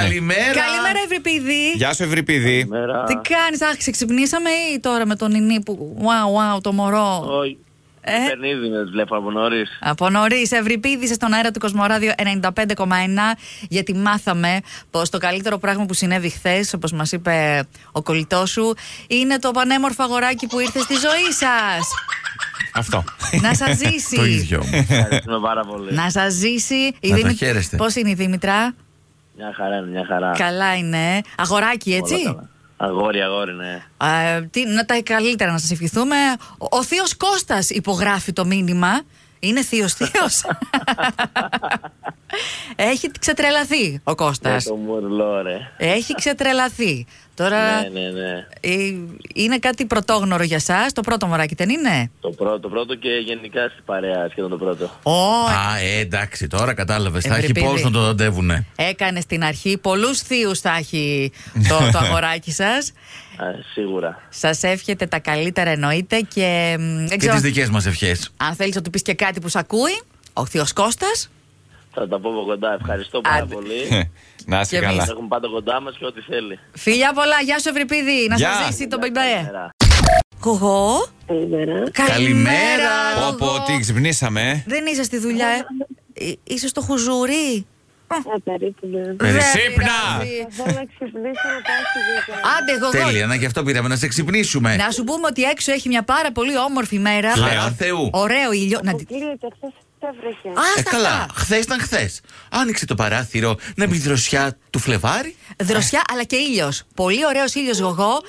Καλημέρα. Καλημέρα, Ευρυπίδη. Γεια σου, Ευρυπίδη. Μέρα. Τι κάνεις, Αχ, ξυπνήσαμε ή τώρα με τον Ινί που. Wow, wow, το μωρό. Όχι. Ε? Περνίδινε βλέπω από νωρίς. Από νωρίς, Ευρυπίδη, είσαι στον αέρα του Κοσμοράδιο 95,1. Γιατί μάθαμε πως το καλύτερο πράγμα που συνέβη χθες, όπως μας είπε ο κολλητός σου, είναι το πανέμορφο αγοράκι που ήρθε στη ζωή σας. Αυτό. Να σας ζήσει. Το ίδιο Ε. μου. Ευχαριστούμε πάρα πολύ. Να σας ζήσει. Να τα χαίρεστε. Πώς είναι η Δήμητρα, Μια χαρά είναι, μια χαρά. Καλά είναι. Αγοράκι, Όλα έτσι. καλά. Αγόρι, αγόρι, ναι. Ε, τι, να τα καλύτερα να σας ευχηθούμε. Ο, ο θείος Κώστας υπογράφει το μήνυμα. Είναι θείος θείος. Έχει ξετρελαθεί ο Με Κώστας. Ναι, το μουρλό, ρε. Έχει ξετρελαθεί. Τώρα Ναι, ναι, ναι. ε, είναι κάτι πρωτόγνωρο για σας. Το πρώτο μωράκι δεν είναι. Το πρώτο, το πρώτο και γενικά στην παρέα, σχεδόν το πρώτο. Ω, Α, ε, εντάξει, τώρα κατάλαβες. Θα έχει Ευρυπίδη. πώ να το δαντεύουνε. έκανε στην αρχή. Πολλούς θείους θα έχει το, το αγοράκι σας. Α, σίγουρα. Σας εύχεται τα καλύτερα εννοείται και μ, δεν Και ξέρω τι δικές μας ευχές. αν θέλεις να του πεις και κάτι που σ' ακούει. Ο θείος Κώστας. Θα τα πω από κοντά. Ευχαριστώ πάρα Άντε. πολύ. Να είσαι Και εμείς. καλά. Τα έχουμε πάντα κοντά μας και ό,τι θέλει. Φιλιά πολλά, γεια σου Ευρυπίδη, να Γεια. σας ζήσει το μπεμπέ. Καλημέρα. Γογό, Καλημέρα. Καλημέρα. Γογό. Πω, πω, τι ξυπνήσαμε. ε. Δεν είσαι στη δουλειά, ε. Εί- Είσαι στο χουζούρι. Α, περίπου ναι. Περισσύπνα. Περισσύπνα. Εδώ να ξυπνήσω να πάω στη δουλειά. δηλαδή. Άντε, Γογό. Τέλεια, να γι' αυτό πήραμε να σε ξυπνήσουμε. Ε, Να σου πούμε ότι έξω έχει μια πάρα πολύ όμορφη μέρα. Λαό Θεού. Ωραίο ήλιο. Να... τη- Αποκλείεται, χθες έβρεχε. Άστα Ε, αυτά. καλά, χθες ήταν χθες. Άνοιξε το παράθυρο να μπει η δροσιά του Φλεβάρι. Δροσιά αλλά και ήλιος. Πολύ ωραίος ήλιος, Γογό.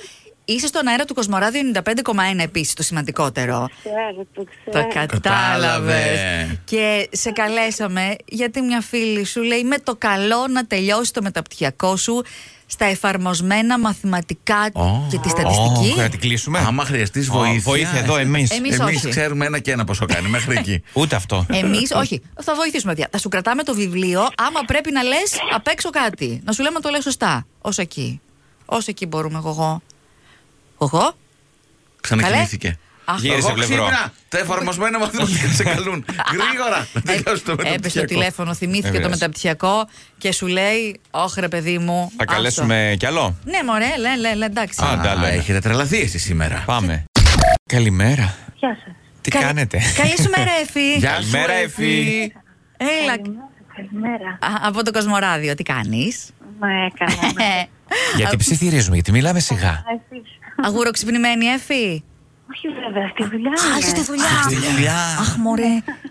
Είσαι στον αέρα του Κοσμοράδιο 95,1 επίσης το σημαντικότερο. Ξέρω, το ξέρω. Το κατάλαβες. Κατάλαβες. Και σε καλέσαμε γιατί μια φίλη σου λέει με το καλό να τελειώσει το μεταπτυχιακό σου στα εφαρμοσμένα μαθηματικά Ω. και τη στατιστική. Ω, Να την κλείσουμε. Άμα χρειαστείς Ω, βοήθεια. βοήθεια εδώ, εμείς. Εμείς Εμείς όχι. ξέρουμε ένα και ένα πόσο κάνει μέχρι εκεί. Ούτε αυτό. Εμείς, όχι, θα βοηθήσουμε, παιδιά. Θα σου κρατάμε το βιβλίο. Άμα πρέπει να λες απ' έξω κάτι, να σου λέμε να το λες σωστά. Ως εκεί. Ως εκεί μπορούμε, εγώ. Εγώ. Ξανακινήθηκε. Αχ, Γύρισε Εγώ πλευρό. ξύπνα. Τα εφαρμοσμένα μαθήματα σε καλούν. Γρήγορα να τελειώσω το Έ- Ε, Έπεσε το μεταπτυχιακό. τηλέφωνο, θυμήθηκε Δεν το πειράζει. μεταπτυχιακό και σου λέει, Ωχ, ρε παιδί μου. Θα άστο». καλέσουμε κι άλλο. Ναι, μωρέ, λέ, λέ, λέ, εντάξει. Α, Α, τα λέμε. έχετε τρελαθεί εσείς σήμερα. Πάμε. Καλημέρα. Γεια σας. Τι Καλη- κάνετε. Καλή σου μέρα, Εφη. Γεια σου, Καλημέρα, Εφη. Έλα. Καλημέρα. Α, από το Κοσμοράδιο, τι κάνεις. Μα καλά. Ε, Γιατί ψιθυρίζουμε, γιατί μιλάμε σιγά. Αγούρο ξυπνημένη, Εφη. Όχι βέβαια, στη δουλειά Α, είσαι στη είμαι. δουλειά. Στη δουλειά. Αχ, μωρέ.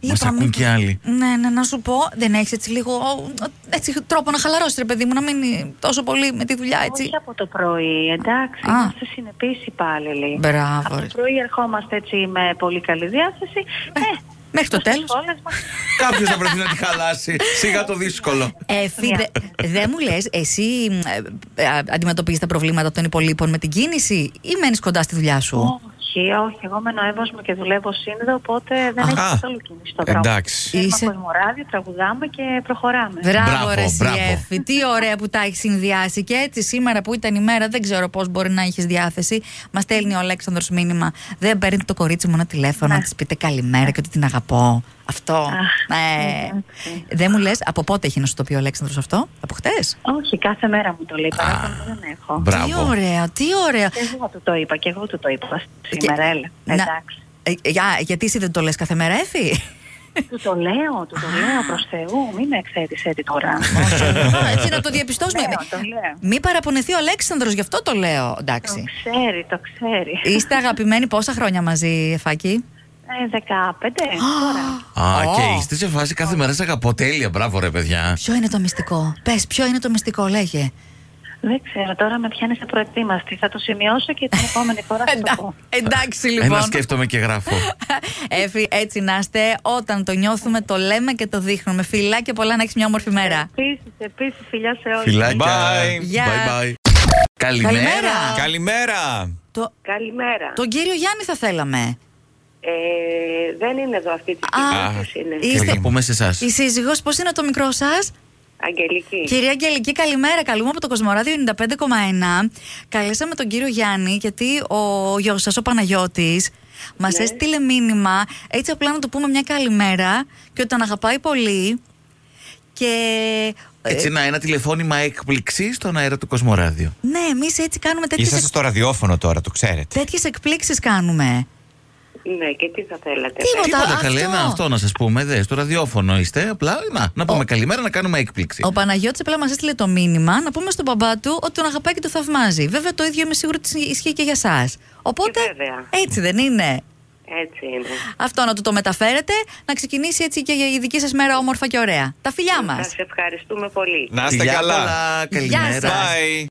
Μας Είπαμε. ακούν και άλλοι. Ναι, ναι, να σου πω, δεν έχεις έτσι λίγο ο, έτσι, τρόπο να χαλαρώσεις, ρε παιδί μου, να μείνει τόσο πολύ με τη δουλειά, έτσι. Όχι από το πρωί, εντάξει, Α. είμαστε συνεπείς υπάλληλοι. Μπράβο. Από ρε. το πρωί ερχόμαστε έτσι με πολύ καλή διάθεση. Ε, Μέχρι το τέλος. όλες μας. Κάποιος θα πρέπει να τη χαλάσει. Σιγά το δύσκολο. Εφη, δε- Ε, δεν μου λες, εσύ αντιμετωπίζεις τα προβλήματα των υπολείπων με την κίνηση ή μένεις κοντά στη δουλειά ε. σου. Όχι, όχι. Εγώ με μου και δουλεύω σύνδεδο, οπότε δεν Α, έχει α, καθόλου κίνηση το δρόμο. εντάξει. Θέλουμε Είσαι- κοσμοράδιο, τραγουδάμε και προχωράμε. Μπράβο, Μπράβο, ρε εσύ, μπράβο. Εφη. Τι ωραία που τα έχεις συνδυάσει. Και έτσι σήμερα που ήταν η μέρα, δεν ξέρω πώς μπορεί να έχεις διάθεση. Μας στέλνει ο Αλέξανδρος μήνυμα. Δεν παίρνει το κορίτσι μου ένα τηλέφωνο να της πείτε καλημέρα και ότι την αγαπώ. Αυτό. Ε, Δεν μου λες από πότε έχει να σου το πει ο Αλέξανδρος αυτό, από χτες. Όχι, κάθε μέρα μου το λέει. παράπονο δεν έχω. μπράβο. Τι ωραία, τι ωραία. Και εγώ του το είπα, και εγώ του το είπα σήμερα, Και- έλα. Να- Εντάξει. Ε, για- γιατί εσύ δεν το λες κάθε μέρα, Εφη. Του το λέω, του το λέω προς Θεού. Μην με εξέτησε έτσι τώρα. Α, Έτσι να το διαπιστώσουμε. Ναι, Λέω, το λέω. Μη παραπονεθεί ο Αλέξανδρος, γι' αυτό το λέω. Το Εντάξει. ξέρει, το ξέρει. Είστε αγαπημένοι πόσα χρόνια μαζί, Εφάκη. Ε, 15 τώρα. Α, Ω. και είστε σε φάση κάθε μέρα σε αγαπώ. Τέλεια, μπράβο ρε παιδιά. Ποιο είναι το μυστικό. Πες, ποιο είναι το μυστικό, λέγε. Δεν ξέρω, τώρα με πιάνει απροετοίμαστη. Θα το σημειώσω και την επόμενη φορά θα το πω. Εντάξει, λοιπόν. Ένα σκέφτομαι και γράφω. Έφη, έτσι να είστε. Όταν το νιώθουμε, το λέμε και το δείχνουμε. Φιλά και πολλά να έχεις μια όμορφη μέρα. Επίσης, επίσης, φιλιά σε όλους. Φιλάκια. Bye. Γεια. Bye bye. Καλημέρα. Καλημέρα. Καλημέρα. Το, Καλημέρα. τον κύριο Γιάννη θα θέλαμε. Ε, δεν είναι εδώ αυτή τη Α, στιγμή. ποιος είναι. Θα Είστε- τα πούμε σε εσάς. Η σύζυγος, πώς είναι το μικρό σας. Αγγελική. Κυρία Αγγελική, καλημέρα. Καλούμε από το Κοσμοράδιο 95,1. Καλέσαμε τον κύριο Γιάννη, γιατί ο γιος σας, ο Παναγιώτης, μας έστειλε μήνυμα, έτσι απλά να του πούμε μια καλημέρα και ότι τον αγαπάει πολύ και Έτσι, να, ένα τηλεφώνημα έκπληξη στον αέρα του Κοσμοράδιο. Ναι, εμείς έτσι κάνουμε τέτοιες Είσαστε στο ραδιόφωνο τώρα, το ξέρετε. τέτοιες εκπλήξεις κάνουμε. Ναι, και τι θα θέλατε. Τι βέβαια. Τίποτα, Τίποτα καλέ, Ναι, αυτό. να αυτό να σας πούμε. Δε, στο ραδιόφωνο είστε. Απλά να, να πούμε καλημέρα, να κάνουμε έκπληξη. Ο Παναγιώτης απλά μας έστειλε το μήνυμα να πούμε στον μπαμπά του ότι τον αγαπάει και τον θαυμάζει. Βέβαια το ίδιο είμαι σίγουρη ότι ισχύει και για σας. Οπότε Και βέβαια. έτσι δεν είναι. Έτσι είναι. Αυτό να του το μεταφέρετε, να ξεκινήσει έτσι και η δική σας μέρα όμορφα και ωραία. Τα φιλιά μας. Σας ευχαριστούμε πολύ. Να είστε Φιλιά καλά. πολλά, Καλημέρα. σας. Bye.